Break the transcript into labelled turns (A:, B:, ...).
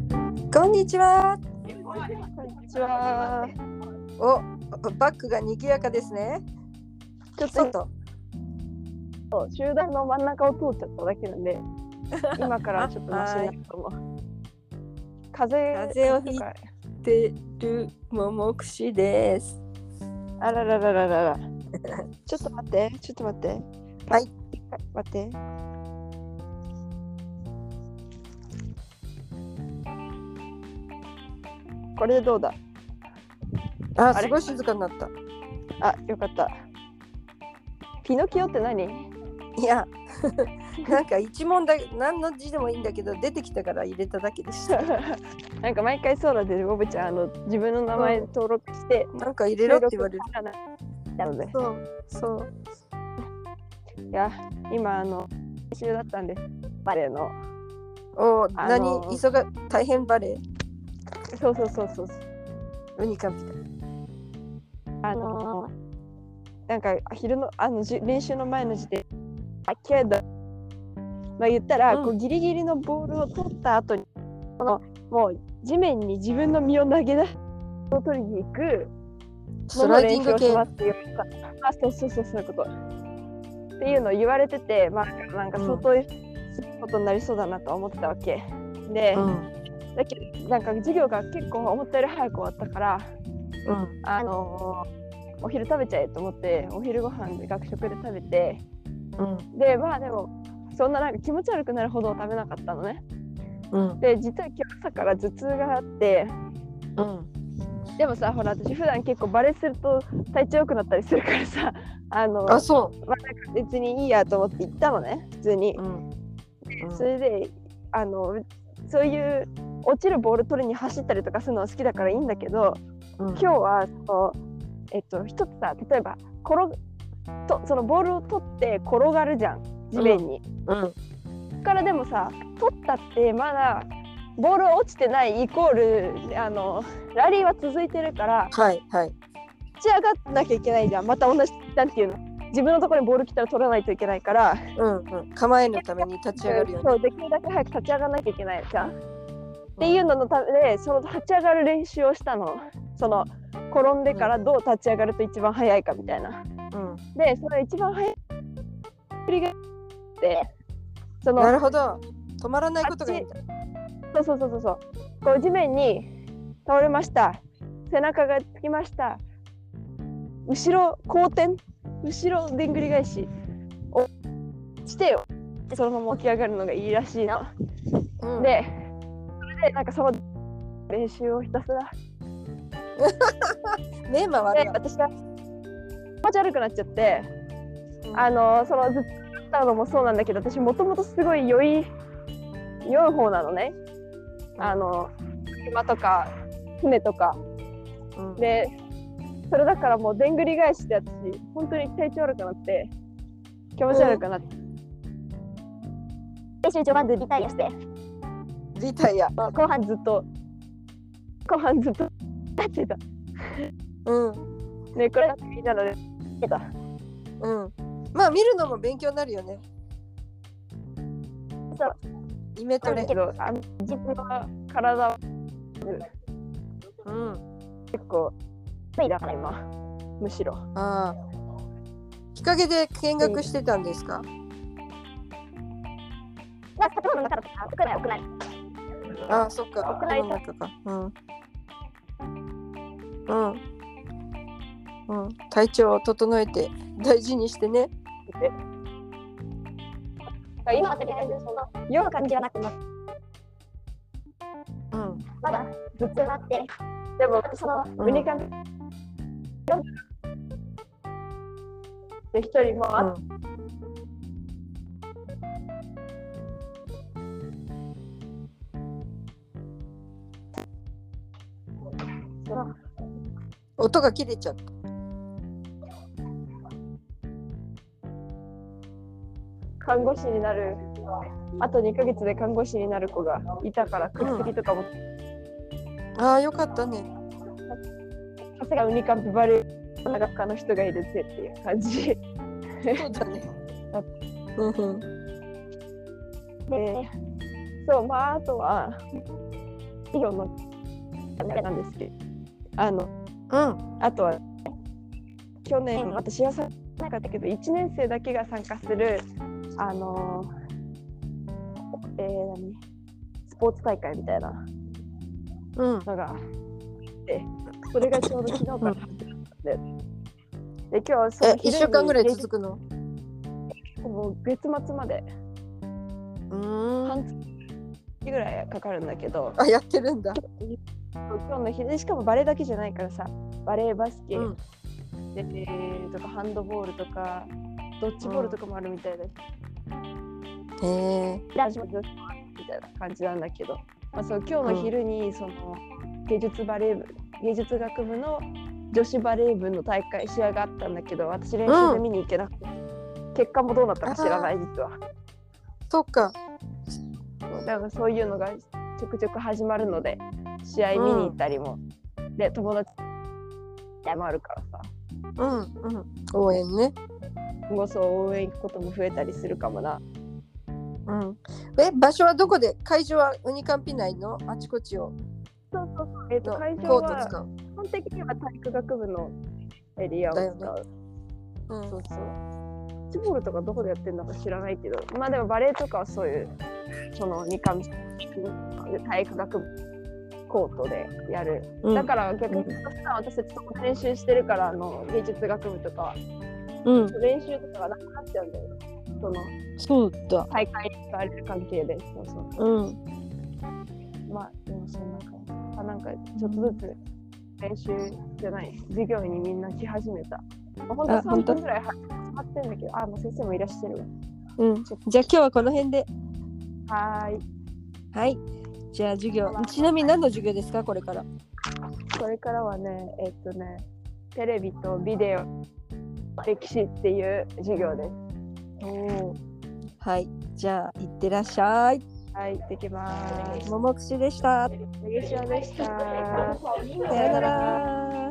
A: んにちは。
B: こんにちは。
A: お、バックが賑やかですね。
B: ちょっと
A: 外。
B: 集団の真ん中を通っちゃっただけな んで、今からちょっとマシになると思う。風
A: 風邪をひいてるももくしです。
B: あらららららら。ちょっと待って、ちょっと待って。
A: はい
B: 待って。これでどうだ
A: あ、
B: あれ
A: すごい静かになった。
B: あ、よかった。ピノキオって何
A: いや、 なんか一問だ、何の字でもいいんだけど、出てきたから入れただけでした。
B: なんか毎回そうだでボブちゃんあの自分の名前登録して
A: なんか入れろって言われる。
B: ななので
A: そう、そう。
B: いや今あの練習だったんですバレエの
A: お、
B: あ
A: 何、
B: のー
A: 急が、大変バレー
B: そうそうそうそう
A: ウニカンピだ。
B: あのなんか昼のあのじ練習の前の時点あけどまあ言ったら、
A: うん
B: こうギリギリのボールを取った後にこのもう地面に自分の身を投げ出しを取りに行く
A: スライディング系
B: ものを練習をしますって言われたあそうそうそうそういうことっていうのを言われててまあなんか相当すごいことになりそうだなとは思ってたわけで、
A: うん。
B: だけどなんか授業が結構思ったより早く終わったから
A: うん。
B: あのお昼食べちゃえと思ってお昼ご飯で学食で食べて
A: うん。
B: でまあでもそんななんか気持ち悪くなるほど食べなかったのね
A: うん。
B: で実は今日朝から頭痛があって
A: うん。
B: でもさほら私普段結構バレーすると体調良くなったりするからさあの
A: あ、そ
B: 別にいいやと思って行ったのね普通に
A: う。う、ん。うん
B: それであのそういう落ちるボール取りに走ったりとかするのは好きだからいいんだけど
A: うん
B: 今日はそのえっと一つさ例えば転ぐとそのボールを取って転がるじゃん地面に。
A: うん。
B: そっからでもさ取ったってまだボールは落ちてないイコールあのラリーは続いてるから
A: はい、はい。
B: 立ち上がらなきゃいけないじゃんまた同じなんていうの自分のところにボール来たら取らないといけないから
A: うん。うん。構えのために立ち上がるよね。
B: そうできるだけ早く立ち上がらなきゃいけないじゃん。っていうののためでその立ち上がる練習をしたのその転んでからどう立ち上がると一番早いかみたいな。
A: うん。
B: でその一番早い振りがってその
A: なるほど。止まらないことがいいんだ。
B: そうそうそうそうそうこう地面に倒れました背中がつきました後ろ後転後ろでんぐり返しをしてそのまま起き上がるのがいいらしいな、
A: うん、
B: でそれでなんかその練習をひたすら
A: 目回るわ。
B: で私が気持ち悪くなっちゃって
A: うん
B: あのそのずっとったのもそうなんだけど私もともとすごい酔い酔う方なのねあの車とか船とか
A: うん、
B: でそれだからもうでんぐり返して私本当に体調悪くなって気持ち悪くなって、練習序盤ずリタイアして
A: リタイア。
B: 後半ずっと後半ずっと立ってた
A: うん。
B: ねこれがみんなので見てた
A: うん。まあ見るのも勉強になるよね。
B: そう。
A: イメト
B: なん
A: レ
B: だけ。どあの自分は体は
A: うん。
B: 結構暑いだから今むしろ
A: ああ。日陰で見学してたんですか。
B: なんか建物の中とか屋内屋内
A: ああ、そっか。
B: 屋内
A: の中か。うん。うん。うん。体調を整えて大事にしてね。
B: 今はとりあえずその酔う感じはなくな
A: うん。
B: まだ頭痛があってでもその
A: うん
B: ウニカンで一人もうあ
A: う
B: っ
A: ん
B: たの
A: 音が切れちゃった。
B: 看護師になるあと2ヶ月で看護師になる子がいたから
A: うん
B: 国籍とかも
A: ああ、よかったね。
B: さすがウニカンプバレーの学科の人がいるぜっていう感じで
A: そうだね。うんうん。
B: そうまああとはヒロのなんですけどあの
A: うん。
B: あとは去年
A: うん
B: 私は参加なかったけど1年生だけが参加するあのーえー何スポーツ大会みたいな
A: うん。
B: のがあってそれがちょうど昨日から始まってで今日そ
A: え
B: の、
A: 一週間ぐらい続くの。
B: くもう月末まで
A: うーん。
B: 半月ぐらいかかるんだけど
A: あ、やってるんだ。
B: 今日の昼しかもバレーだけじゃないからさバレーバスケ、
A: うん。
B: でとかハンドボールとかドッジボールとかもあるみたいで、
A: へえ。
B: 男子も女子もあるみたいな感じなんだけど、まあ、そう今日の昼にその芸術バレー部芸術学部の女子バレー部の大会試合があったんだけど私練習で見に行けなくて、結果もどうなったか知らない実は
A: そっか。
B: そうだからそういうのがちょくちょく始まるので試合見に行ったりも、で友達もあるからさ
A: うん。うん。応援ね。
B: 今後そう応援行くことも増えたりするかもな
A: うん。え、場所はどこで、会場はウニカンピ内のあちこちを。
B: そうそうそう、えっと
A: の
B: 会
A: コ
B: 場
A: ート
B: は
A: 使う。
B: 基本的には体育学部のエリアを使
A: だよ
B: う。
A: う
B: そ
A: ん
B: う。そう。ドッジボールとかどこでやってるのか知らないけど、まあでもバレエとかはそういう、その二冠体育学部コートでやる。
A: うん
B: だから逆に普段私たちそこで練習してるから、あの芸術学部とかは
A: うん。
B: 練習とかがなくなっちゃうんだよね。その
A: そうだ。
B: 大会に使われる関係で。そうそう。
A: うん。
B: まあ、でもそんな感じ。あなんか、ちょっとずつ練習じゃない、授業にみんな来始めた。まあ、本当は
A: あ本
B: 3
A: 当
B: 分ぐらい始まってんだけど、あ、もう先生もいらっしゃる
A: うん。じゃあ、今日はこの辺で。
B: わ。はーい。
A: はい。じゃあ、授業。ちなみに何の授業ですか、これから。
B: これからはね、えっとね、テレビとビデオ、歴史っていう授業です。
A: おお。はい。じゃあ、いってらっしゃい。
B: はい、行ってきます。
A: ももくしでした。
B: ネギシオでした。さ
A: さようなら。